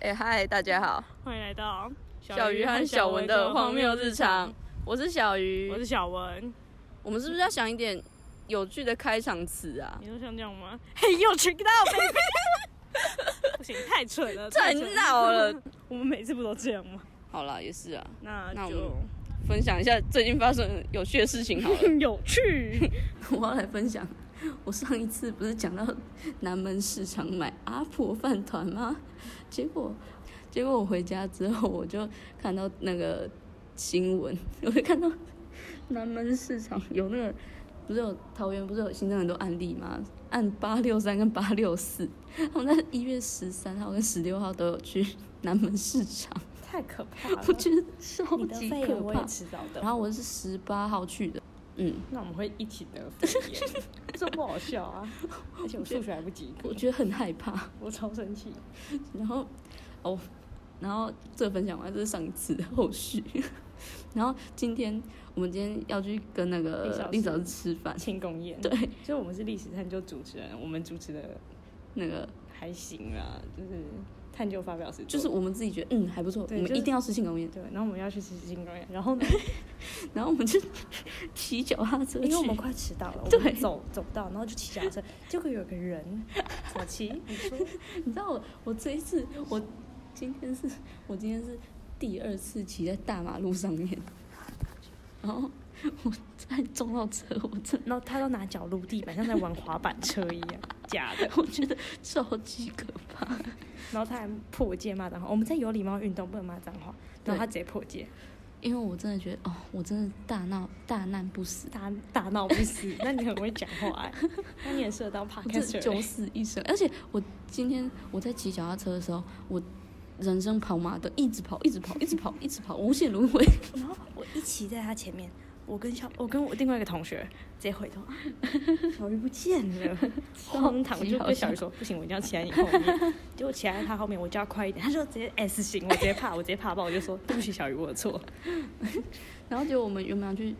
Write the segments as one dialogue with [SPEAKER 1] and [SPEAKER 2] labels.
[SPEAKER 1] 哎、嗨，大家好，
[SPEAKER 2] 欢迎来到
[SPEAKER 1] 小鱼和小文的荒谬日常，，我是小鱼。
[SPEAKER 2] 我是小文，
[SPEAKER 1] 我们是不是要想一点有趣的开场词 啊？
[SPEAKER 2] 你都像这样吗？嘿，又群到 baby，不行，太蠢 了，
[SPEAKER 1] 太
[SPEAKER 2] 蠢
[SPEAKER 1] 闹了。
[SPEAKER 2] 我们每次不都这样吗？
[SPEAKER 1] 好啦，也是啊，
[SPEAKER 2] 那
[SPEAKER 1] 那我
[SPEAKER 2] 就
[SPEAKER 1] 们分享一下最近发生的有趣的事情好了。
[SPEAKER 2] 很 有趣。
[SPEAKER 1] 我要来分享，我上一次不是讲到南门市场买阿婆饭团吗？ 结果，结果我回家之后，我就看到那个新闻， 我就看到南门市场有那个，不是有桃园不是有新增很多案例吗？按八六三跟八六四，他们在一月十三号跟十六号都有去 南门市 场，
[SPEAKER 2] 太可怕了
[SPEAKER 1] 我觉得超
[SPEAKER 2] 你的
[SPEAKER 1] 级
[SPEAKER 2] 肺
[SPEAKER 1] 可
[SPEAKER 2] 炎我也
[SPEAKER 1] 怕。
[SPEAKER 2] 迟早的
[SPEAKER 1] 然。后我是十八号去的，嗯。
[SPEAKER 2] 那我们会一起得肺炎，这不好 笑啊！而且我数学还不及格
[SPEAKER 1] 我，觉得很害怕，
[SPEAKER 2] 我超生气。
[SPEAKER 1] 然后哦，然后这分享完这是上一次的后续， 然后今天我们今天要去跟那个
[SPEAKER 2] 历
[SPEAKER 1] 栗
[SPEAKER 2] 小
[SPEAKER 1] 老师吃饭，
[SPEAKER 2] 庆功宴，
[SPEAKER 1] 对，
[SPEAKER 2] 所以我们是历史探究主持人，我们主持的
[SPEAKER 1] 那个
[SPEAKER 2] 还行啦，就是探究发表是
[SPEAKER 1] 就是我们自己觉得嗯还不错，我
[SPEAKER 2] 对
[SPEAKER 1] 们
[SPEAKER 2] 就是
[SPEAKER 1] 一定要吃庆功宴，
[SPEAKER 2] 对，然后我们要去吃庆功宴，然后呢，
[SPEAKER 1] 然后我们就 骑脚踏车去，
[SPEAKER 2] 因为我们快迟到了，我
[SPEAKER 1] 对
[SPEAKER 2] 们走走不到，然后就骑脚踏车，结果有个 人，小琪，你说
[SPEAKER 1] 你知道我我这一次我今天是我今天是第二次骑在大马路上面， 然后我再撞到车，我真的
[SPEAKER 2] 然后他都拿脚撸地板，像在玩滑板车一样，假 的，
[SPEAKER 1] 我觉得超级可怕。
[SPEAKER 2] 然后他还破戒骂脏话，我们在有礼貌运动不能骂脏话，然
[SPEAKER 1] 对
[SPEAKER 2] 后他直接破戒，
[SPEAKER 1] 因为我真的觉得，哦，我真的大闹 大难不死，
[SPEAKER 2] 大大闹不死，那你很会讲话 哎、那你也适合当
[SPEAKER 1] 我真的
[SPEAKER 2] podcaster，欸
[SPEAKER 1] 啊九死一生。而且我今天我在骑脚踏车的时候，我人生跑马灯，一直跑，一直跑，一直跑，一直跑，无限轮回。
[SPEAKER 2] 然后我一骑在他前面，我跟小我跟我另外一个同学直接回头，啊、小鱼不见 了，荒唐！我就跟小鱼说，不行，我一定要骑在你后面。结果骑在他后面，我叫他快一点，他说直接 S 型，我直接怕，我直接怕爆，我就说对不起，小鱼，我的错。
[SPEAKER 1] 然后结果我们原本要去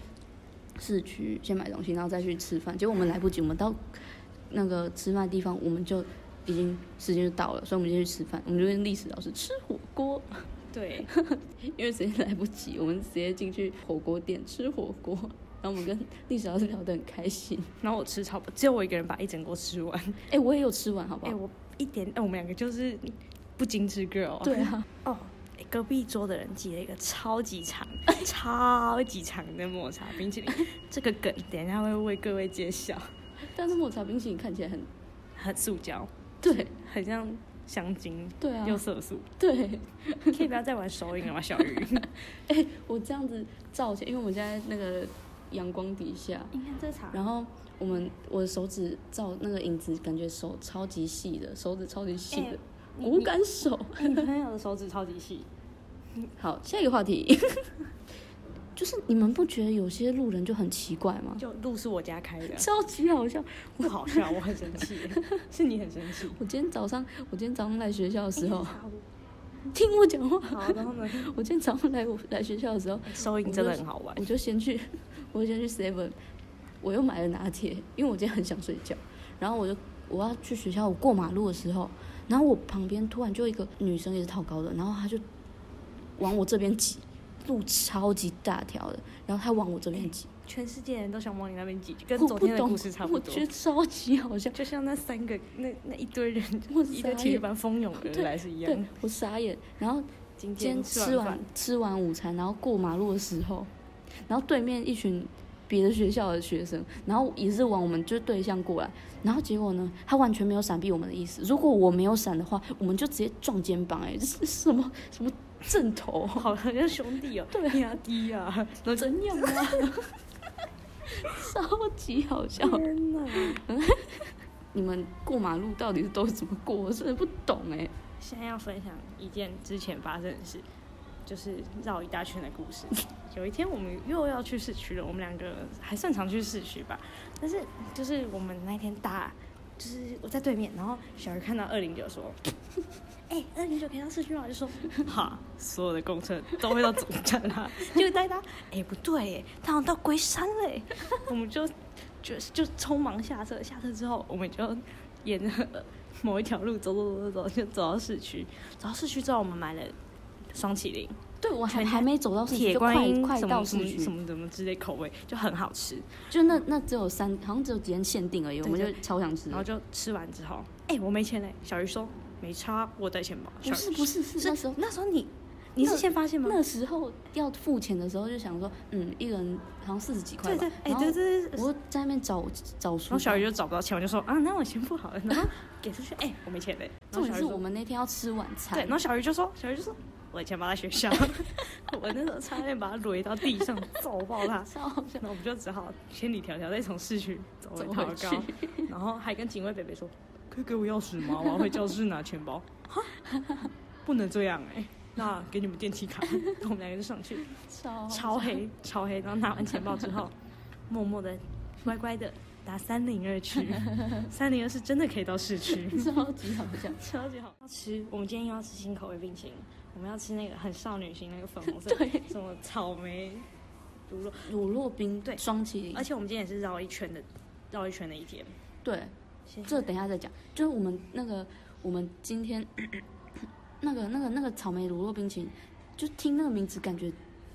[SPEAKER 1] 市区先买东西，然后再去吃饭，结果我们来不及，我们到那个吃饭的地方，我们就已经时间就到了，所以我们就去吃饭，我们就跟历史老师吃火锅，
[SPEAKER 2] 对，
[SPEAKER 1] 因为时间来不及，我们直接进去火锅店吃火锅。然后我们跟历史老师聊得很开心，
[SPEAKER 2] 然后我吃超，只有我一个人把一整锅吃完。
[SPEAKER 1] 哎、我也有吃完，好不
[SPEAKER 2] 哎、
[SPEAKER 1] 好？
[SPEAKER 2] 我一点，哎、我们两个就是不矜持 girl。
[SPEAKER 1] 对啊，
[SPEAKER 2] 哦。哎隔壁桌的人挤了一个超级长、 超级长的抹茶冰淇淋，这个梗等一下会为各位揭晓。
[SPEAKER 1] 但是抹茶冰淇淋看起来很
[SPEAKER 2] 很塑胶，
[SPEAKER 1] 对
[SPEAKER 2] 很像香精，
[SPEAKER 1] 对啊
[SPEAKER 2] 又，色素。
[SPEAKER 1] 对。
[SPEAKER 2] 可以不要再玩手影了吗，小鱼？
[SPEAKER 1] 哎、我这样子照起来，因为我们现在那个阳光底下，
[SPEAKER 2] 你看这 场
[SPEAKER 1] 然后我们我的手指照那个影子，感觉手超级细的，手指超级细的
[SPEAKER 2] 哎，你
[SPEAKER 1] 骨感手。
[SPEAKER 2] 哎你朋友的手指超级细，
[SPEAKER 1] 好，下一个话题， 就是你们不觉得有些路人就很奇怪 吗？
[SPEAKER 2] 就路是我家开 的，
[SPEAKER 1] 超级好笑！
[SPEAKER 2] 不好笑，我很生 气，是你很生气。
[SPEAKER 1] 我今天早上，我今天早上来学校的
[SPEAKER 2] 哎
[SPEAKER 1] 时候，
[SPEAKER 2] 好，
[SPEAKER 1] 听我讲话。
[SPEAKER 2] 然后呢？
[SPEAKER 1] 我今天早上来我来学校的时候，
[SPEAKER 2] 收银真的很好玩
[SPEAKER 1] 我，就先去，我就先去 Seven，我又买了拿铁，因为我今天很想睡觉。然后我就我要去学校，我过马路的时候，然后我旁边突然就一个女生也是跳高的，然后她就往我这边挤，路超级大条的，然后她往我这边挤，
[SPEAKER 2] 全世界人都想往你那边挤，跟
[SPEAKER 1] 我
[SPEAKER 2] 昨
[SPEAKER 1] 不
[SPEAKER 2] 天的
[SPEAKER 1] 懂
[SPEAKER 2] 故事差不
[SPEAKER 1] 我
[SPEAKER 2] 多
[SPEAKER 1] 觉。得超级好笑，
[SPEAKER 2] 就像那三个那那一堆人，
[SPEAKER 1] 我
[SPEAKER 2] 一堆
[SPEAKER 1] 傻
[SPEAKER 2] 体育
[SPEAKER 1] 眼
[SPEAKER 2] 班蜂拥而
[SPEAKER 1] 对
[SPEAKER 2] 来是一样
[SPEAKER 1] 对
[SPEAKER 2] 的。
[SPEAKER 1] 我傻眼。然后
[SPEAKER 2] 今
[SPEAKER 1] 今天吃完
[SPEAKER 2] 饭，
[SPEAKER 1] 吃完午餐，然后过马路的时候，然后对面一群别的学校的学生，然后也是往我们就对象过来，然后结果呢，他完全没有闪避我们的意思。如果我没有闪的话，我们就直接撞肩膀、哎，这是什么什么正头？
[SPEAKER 2] 好好像兄弟哦，
[SPEAKER 1] 啊
[SPEAKER 2] 对呀，低呀，然后就
[SPEAKER 1] 怎样啊？ 超级好笑！
[SPEAKER 2] 天 哪！
[SPEAKER 1] 你们过马路到底是都是怎么过？我真的不懂哎、
[SPEAKER 2] 现在要分享一件之前发生的事，就是绕一大圈的故事。 有一天我们又要去市区了，我们两个还算常去市区吧，但是就是我们那天搭，就是我在对面，然后小鱼看到二零九说。 哎，二零九可以到市区吗？我就说， 哈，所有的公车都会到总站啊。 结果大家，哎，不对，哎，他好像到龟山嘞。我们就就就匆忙下车，下车之后，我们就沿着 某一条路走走走走走，就走到市区。走到市区之后，我们买了双麒麟、
[SPEAKER 1] 对我还
[SPEAKER 2] 全
[SPEAKER 1] 还没走到市区，
[SPEAKER 2] 铁
[SPEAKER 1] 就快
[SPEAKER 2] 观音
[SPEAKER 1] 快
[SPEAKER 2] 什
[SPEAKER 1] 到
[SPEAKER 2] 么什
[SPEAKER 1] 市
[SPEAKER 2] 么什
[SPEAKER 1] 区，
[SPEAKER 2] 么什么之类口味，就很好吃。
[SPEAKER 1] 就那那只有三，好像只有几天限定而已，我们就
[SPEAKER 2] 对
[SPEAKER 1] 超想吃
[SPEAKER 2] 然。后就吃完之后，哎、我没钱嘞。小鱼说没差，我带钱包。
[SPEAKER 1] 不是不
[SPEAKER 2] 是，
[SPEAKER 1] 是是那时候
[SPEAKER 2] 那时候你你
[SPEAKER 1] 那
[SPEAKER 2] 是先发现吗？
[SPEAKER 1] 那时候要付钱的时候就想说，嗯，一人好像四十几块
[SPEAKER 2] 对
[SPEAKER 1] 吧
[SPEAKER 2] 对，，
[SPEAKER 1] 然
[SPEAKER 2] 哎、
[SPEAKER 1] 后
[SPEAKER 2] 对对对。
[SPEAKER 1] 我就在那边找找
[SPEAKER 2] 然
[SPEAKER 1] 书
[SPEAKER 2] 后
[SPEAKER 1] 包。
[SPEAKER 2] 小鱼就找不到钱，我就说啊，那我钱付好了，然后给出去，哎、我没钱嘞。
[SPEAKER 1] 啊
[SPEAKER 2] 然
[SPEAKER 1] 重
[SPEAKER 2] 后
[SPEAKER 1] 点
[SPEAKER 2] 小鱼
[SPEAKER 1] 是
[SPEAKER 2] 说
[SPEAKER 1] 我们那天要吃晚餐，
[SPEAKER 2] 对，然后小鱼就说，小鱼就说，我的钱包在学校，我那时候差点把它抡到地上，揍爆他。
[SPEAKER 1] 超好笑
[SPEAKER 2] 那我们就只好千里迢迢再从市区走回
[SPEAKER 1] 走
[SPEAKER 2] 桃
[SPEAKER 1] 回去
[SPEAKER 2] 高，然后还跟警卫北北说：“可以给我钥匙吗？我要回教室拿钱 包。”不能这样哎、那给你们电梯卡。 我们两个就上去，
[SPEAKER 1] 超
[SPEAKER 2] 超黑超黑，然后拿完钱包之后，默默的乖乖的打三零二 去，三零二是真的可以到市区。
[SPEAKER 1] 超级好笑。
[SPEAKER 2] 超级好要吃。我们今天又要吃新口味冰淇淋，我们要吃那个很少女心那个粉红 色，
[SPEAKER 1] 对
[SPEAKER 2] 什么草莓乳酪，
[SPEAKER 1] 乳酪冰
[SPEAKER 2] 对
[SPEAKER 1] 双麒麟
[SPEAKER 2] 而，且我们今天也是绕一圈的，绕一圈的一天。
[SPEAKER 1] 对，
[SPEAKER 2] 谢谢
[SPEAKER 1] 这等一下再讲。就是我们那个，我们今天那个那个那个草莓乳酪冰淇淋，就听那个名字感觉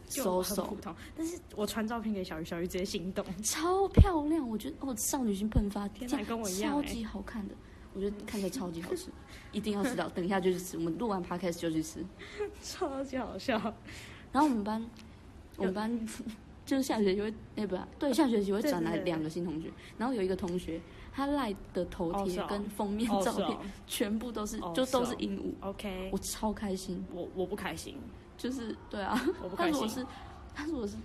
[SPEAKER 2] 就
[SPEAKER 1] 手
[SPEAKER 2] 很
[SPEAKER 1] 手
[SPEAKER 2] 普通，但是我传照片给小鱼，小鱼直接心动。
[SPEAKER 1] 超漂亮，我觉得哦，少女心喷发，
[SPEAKER 2] 天
[SPEAKER 1] 这
[SPEAKER 2] 哪
[SPEAKER 1] 样
[SPEAKER 2] 跟我一样
[SPEAKER 1] 超
[SPEAKER 2] 欸
[SPEAKER 1] 级好看的。我觉得看起来超级好吃，一定要吃到，等一下就去吃。我们录完 podcast 就去吃。
[SPEAKER 2] 超级好笑，
[SPEAKER 1] 然后我们班，我们班 就是下学期会，哎、不、啊， 对，下学期会
[SPEAKER 2] 对对
[SPEAKER 1] 转来
[SPEAKER 2] 对对
[SPEAKER 1] 两个新同学，然后有一个同学，他赖的头
[SPEAKER 2] 哦是
[SPEAKER 1] 贴
[SPEAKER 2] 哦
[SPEAKER 1] 跟封 面
[SPEAKER 2] 哦
[SPEAKER 1] 照
[SPEAKER 2] 是
[SPEAKER 1] 片
[SPEAKER 2] 哦
[SPEAKER 1] 全部都是，
[SPEAKER 2] 哦
[SPEAKER 1] 就是都
[SPEAKER 2] 哦
[SPEAKER 1] 是鹦鹉，
[SPEAKER 2] ，OK，
[SPEAKER 1] 我超开心，
[SPEAKER 2] 我我不 开心，
[SPEAKER 1] 就是对啊，
[SPEAKER 2] 我不
[SPEAKER 1] 他
[SPEAKER 2] 开
[SPEAKER 1] 说我
[SPEAKER 2] 心，
[SPEAKER 1] 是，他说我是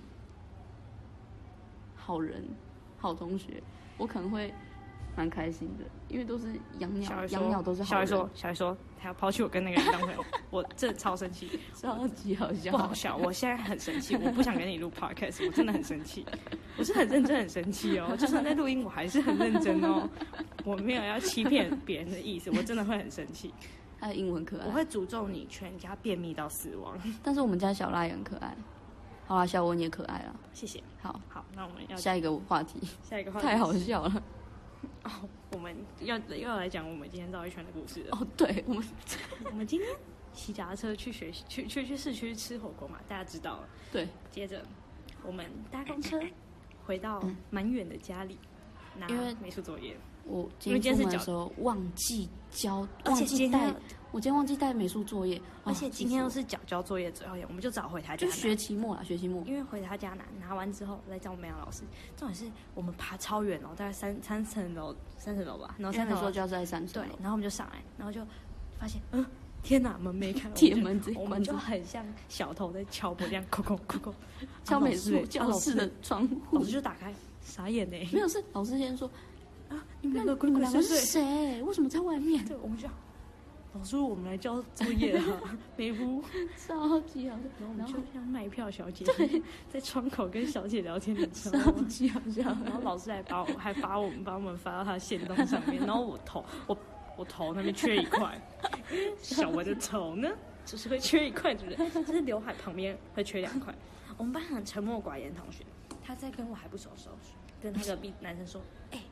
[SPEAKER 1] 好人，好同学，我可能会蛮开心的，因为都是养鸟
[SPEAKER 2] 小鱼，
[SPEAKER 1] 养鸟都
[SPEAKER 2] 说，
[SPEAKER 1] 是好
[SPEAKER 2] 小
[SPEAKER 1] 人，
[SPEAKER 2] 鱼说，小鱼说，他要抛弃我跟那个人当朋友，我真的超生气。
[SPEAKER 1] 超级好笑，
[SPEAKER 2] 不好笑，我现在很生气，我不想跟你录 podcast，我真的很生气，我是很认真很生气哦，就算在录音，我还是很认真哦，我没有要欺骗别人的意思，我真的会很生气，
[SPEAKER 1] 他的英文可
[SPEAKER 2] 我
[SPEAKER 1] 爱，
[SPEAKER 2] 会诅咒你全家便秘到死 亡。
[SPEAKER 1] 但是我们家小赖也很可爱，好啦，小文也可爱啦。
[SPEAKER 2] 谢谢。
[SPEAKER 1] 好，
[SPEAKER 2] 好，那我们要
[SPEAKER 1] 下一个话题，
[SPEAKER 2] 下一个话题，
[SPEAKER 1] 太好笑 了。
[SPEAKER 2] 哦，我们要又要来讲我们今天绕一圈的故事了。
[SPEAKER 1] 哦，对，我们
[SPEAKER 2] 我们今天骑脚踏车去学习，去去去市区吃火锅嘛，大家知道了。
[SPEAKER 1] 对，
[SPEAKER 2] 接着我们搭公 车回到蛮远的家里，拿
[SPEAKER 1] 因为
[SPEAKER 2] 美术作业。
[SPEAKER 1] 我
[SPEAKER 2] 因
[SPEAKER 1] 今
[SPEAKER 2] 为
[SPEAKER 1] 天
[SPEAKER 2] 今天
[SPEAKER 1] 出
[SPEAKER 2] 是
[SPEAKER 1] 门的
[SPEAKER 2] 脚
[SPEAKER 1] 时候忘记交，
[SPEAKER 2] 而
[SPEAKER 1] 忘
[SPEAKER 2] 且
[SPEAKER 1] 记
[SPEAKER 2] 今天
[SPEAKER 1] 带
[SPEAKER 2] 要，
[SPEAKER 1] 我今天忘记带美术作业，
[SPEAKER 2] 而
[SPEAKER 1] 哦
[SPEAKER 2] 且
[SPEAKER 1] 气
[SPEAKER 2] 今
[SPEAKER 1] 死
[SPEAKER 2] 天又
[SPEAKER 1] 我
[SPEAKER 2] 是缴交作业最后一天，我们就嗯早回他
[SPEAKER 1] 就
[SPEAKER 2] 家拿。
[SPEAKER 1] 学期末啦，学期末
[SPEAKER 2] 因为回他家拿，拿完之后来找我们杨老师。重点是我们爬超远哦，大概三三层楼，三层楼吧，然后
[SPEAKER 1] 因
[SPEAKER 2] 三
[SPEAKER 1] 为
[SPEAKER 2] 层
[SPEAKER 1] 美术
[SPEAKER 2] 楼
[SPEAKER 1] 就要在三
[SPEAKER 2] 对
[SPEAKER 1] 层楼，，
[SPEAKER 2] 然后我们就上来，然后就发现，嗯，天哪，门没开，我们
[SPEAKER 1] 铁
[SPEAKER 2] 就
[SPEAKER 1] 门直接
[SPEAKER 2] 我
[SPEAKER 1] 关
[SPEAKER 2] 们就
[SPEAKER 1] 着
[SPEAKER 2] 很像小偷在敲 门这样，扣扣扣扣，
[SPEAKER 1] 敲
[SPEAKER 2] 啊
[SPEAKER 1] 美
[SPEAKER 2] 老师
[SPEAKER 1] 术
[SPEAKER 2] 欸啊
[SPEAKER 1] 教
[SPEAKER 2] 老
[SPEAKER 1] 室
[SPEAKER 2] 师
[SPEAKER 1] 的窗
[SPEAKER 2] 老
[SPEAKER 1] 户
[SPEAKER 2] 师。就打开，傻眼呢、
[SPEAKER 1] 没有，是老师先说，
[SPEAKER 2] 啊，你们
[SPEAKER 1] 那你
[SPEAKER 2] 两个鬼
[SPEAKER 1] 们
[SPEAKER 2] 鬼
[SPEAKER 1] 两
[SPEAKER 2] 祟
[SPEAKER 1] 个是
[SPEAKER 2] 祟，
[SPEAKER 1] 谁？为什么在外面？
[SPEAKER 2] 对，我们就老师，我们来交作 业了，没屋。
[SPEAKER 1] 超级好笑，
[SPEAKER 2] 然后我
[SPEAKER 1] 然
[SPEAKER 2] 们就
[SPEAKER 1] 后
[SPEAKER 2] 像卖票小姐， 在窗口跟小姐聊天，你知道
[SPEAKER 1] 超
[SPEAKER 2] 吗？
[SPEAKER 1] 级好笑，
[SPEAKER 2] 然后老师还把我还把我们把我们发到他的线动上面，然后我头我我头那边缺一块，因为小文的头呢就是会缺一块，对不对？就是刘海旁边会缺两块。我们班很沉默寡言同学，他在跟我还不熟的时候，跟他隔壁男生说：“哎、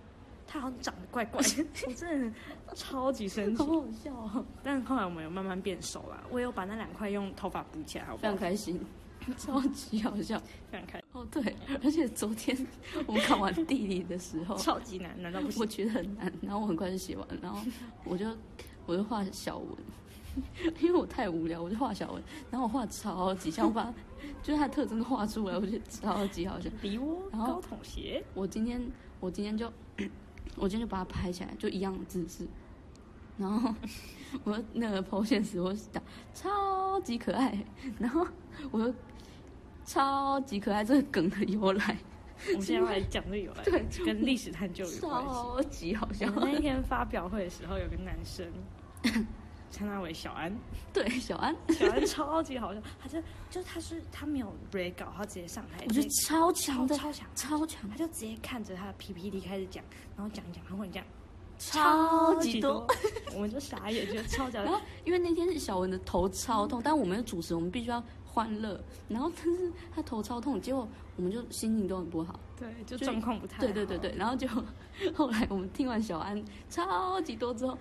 [SPEAKER 2] 他好像长得怪怪的。” 我真的超级生
[SPEAKER 1] 好
[SPEAKER 2] 气。
[SPEAKER 1] 好笑哦，
[SPEAKER 2] 但后来我们有慢慢变熟啦，我有把那两块用头发补起来，好不
[SPEAKER 1] 非
[SPEAKER 2] 好
[SPEAKER 1] 常？开心，超级好笑。
[SPEAKER 2] 非常开
[SPEAKER 1] 哦，对，而且昨天我们看完地理的时候，
[SPEAKER 2] 超级难，难道不行
[SPEAKER 1] 我？觉得很难，然后我很快就写完，然后我就我就画小文，因为我太无聊，我就画小文，然后我画超级像，我把就是它的特征画出来，我觉得超级好笑。
[SPEAKER 2] 梨窝
[SPEAKER 1] 然后
[SPEAKER 2] 高筒鞋，
[SPEAKER 1] 我今天我今天就 我今天就把它拍起来，就一样的姿势，然后 我那个 PO 现实，我打超级可爱，然后我又超级可爱这个梗的由来，
[SPEAKER 2] 我们现在要来讲这个由来，
[SPEAKER 1] 对
[SPEAKER 2] 跟历史探究有关系。
[SPEAKER 1] 超级好笑
[SPEAKER 2] 我。们那一天发表会的时候，有个男 生称他为小安，
[SPEAKER 1] 对，小安，
[SPEAKER 2] 小安超级好笑，他就就他是他没有 re 稿，他直接上台，
[SPEAKER 1] 我觉得超强
[SPEAKER 2] 超
[SPEAKER 1] 的，
[SPEAKER 2] 超强，
[SPEAKER 1] 超强
[SPEAKER 2] 他，就直接看着他的 PPT 开始讲，然后讲一讲，然后你讲
[SPEAKER 1] 超级多
[SPEAKER 2] 多。，我们就傻眼，觉得超级好
[SPEAKER 1] 然
[SPEAKER 2] 笑
[SPEAKER 1] 后因为那天是小文的头超痛，但我们的主持，我们必须要欢乐。然后但是他头超痛，结果我们就心情都很不好。
[SPEAKER 2] 对，就
[SPEAKER 1] 就
[SPEAKER 2] 状况不太好
[SPEAKER 1] 对对对对，然后就后来我们听完小安超级多之后，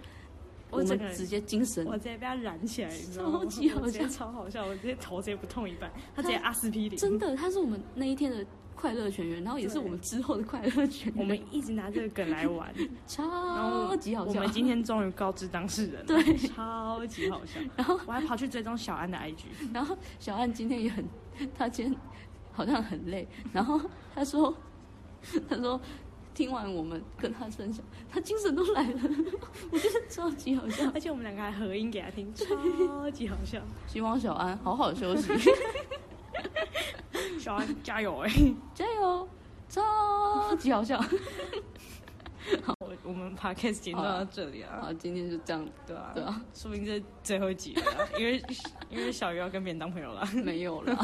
[SPEAKER 1] 我
[SPEAKER 2] 整
[SPEAKER 1] 们
[SPEAKER 2] 个人
[SPEAKER 1] 直接精神
[SPEAKER 2] 我直接被他燃起来，你知道吗？
[SPEAKER 1] 超级好笑
[SPEAKER 2] 我直接超好笑，我直接头直接不痛一半，他直接阿司匹林。
[SPEAKER 1] 真的，他是我们那一天的快乐全员，然后也是
[SPEAKER 2] 对
[SPEAKER 1] 我们之后的快乐全员，
[SPEAKER 2] 我们一直拿这个梗来 玩，然
[SPEAKER 1] 超
[SPEAKER 2] 后
[SPEAKER 1] 级好
[SPEAKER 2] 我
[SPEAKER 1] 笑
[SPEAKER 2] 们。今天终于告知当事人了，
[SPEAKER 1] 对
[SPEAKER 2] 超级好 笑。
[SPEAKER 1] 然后，
[SPEAKER 2] 我还跑去追踪小安的 IG，
[SPEAKER 1] 然后小安今天也很，他今天好像很累，然后他说，他说听完我们跟他分享，他精神都来了，我觉得超级好笑。
[SPEAKER 2] 而且我们两个还合音给他听， 超级好笑。
[SPEAKER 1] 希望小安好好 休息，
[SPEAKER 2] 小安加油哎、
[SPEAKER 1] 加油，超级好笑。
[SPEAKER 2] 我我们 podcast 剪到到这里啊，
[SPEAKER 1] 好，今天就这样，
[SPEAKER 2] 对啊，
[SPEAKER 1] 对啊，
[SPEAKER 2] 说不定这是最后一集了啊，因为因为小鱼要跟别人当朋友了，
[SPEAKER 1] 没有了。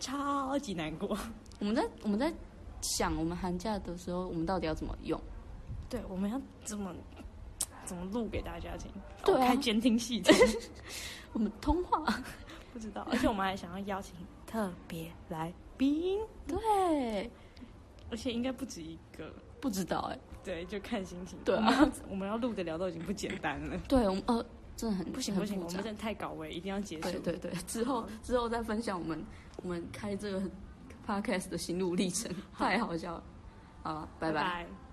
[SPEAKER 2] 超级难过。
[SPEAKER 1] 我们在我们在想，我们寒假的时候，我们到底要怎么用？
[SPEAKER 2] 对，我们要怎么怎么录给大家听？哦
[SPEAKER 1] 对啊
[SPEAKER 2] 我开监听 系统，
[SPEAKER 1] 我们通话。
[SPEAKER 2] 不知道。而且我们还想要邀请特别来宾，
[SPEAKER 1] 对，
[SPEAKER 2] 而且应该不止一个。
[SPEAKER 1] 不知道哎、
[SPEAKER 2] 对，就看心情。
[SPEAKER 1] 对啊
[SPEAKER 2] 我们要我们要录的聊都已经不简单 了。
[SPEAKER 1] 对，我们呃，真的很
[SPEAKER 2] 不行不行，
[SPEAKER 1] 很
[SPEAKER 2] 我
[SPEAKER 1] 复杂
[SPEAKER 2] 们真的太搞味，一定要结束。
[SPEAKER 1] 对对对，之后之后再分享我们我们开这个 podcast 的心路历程，太好笑了。好了，拜拜
[SPEAKER 2] 拜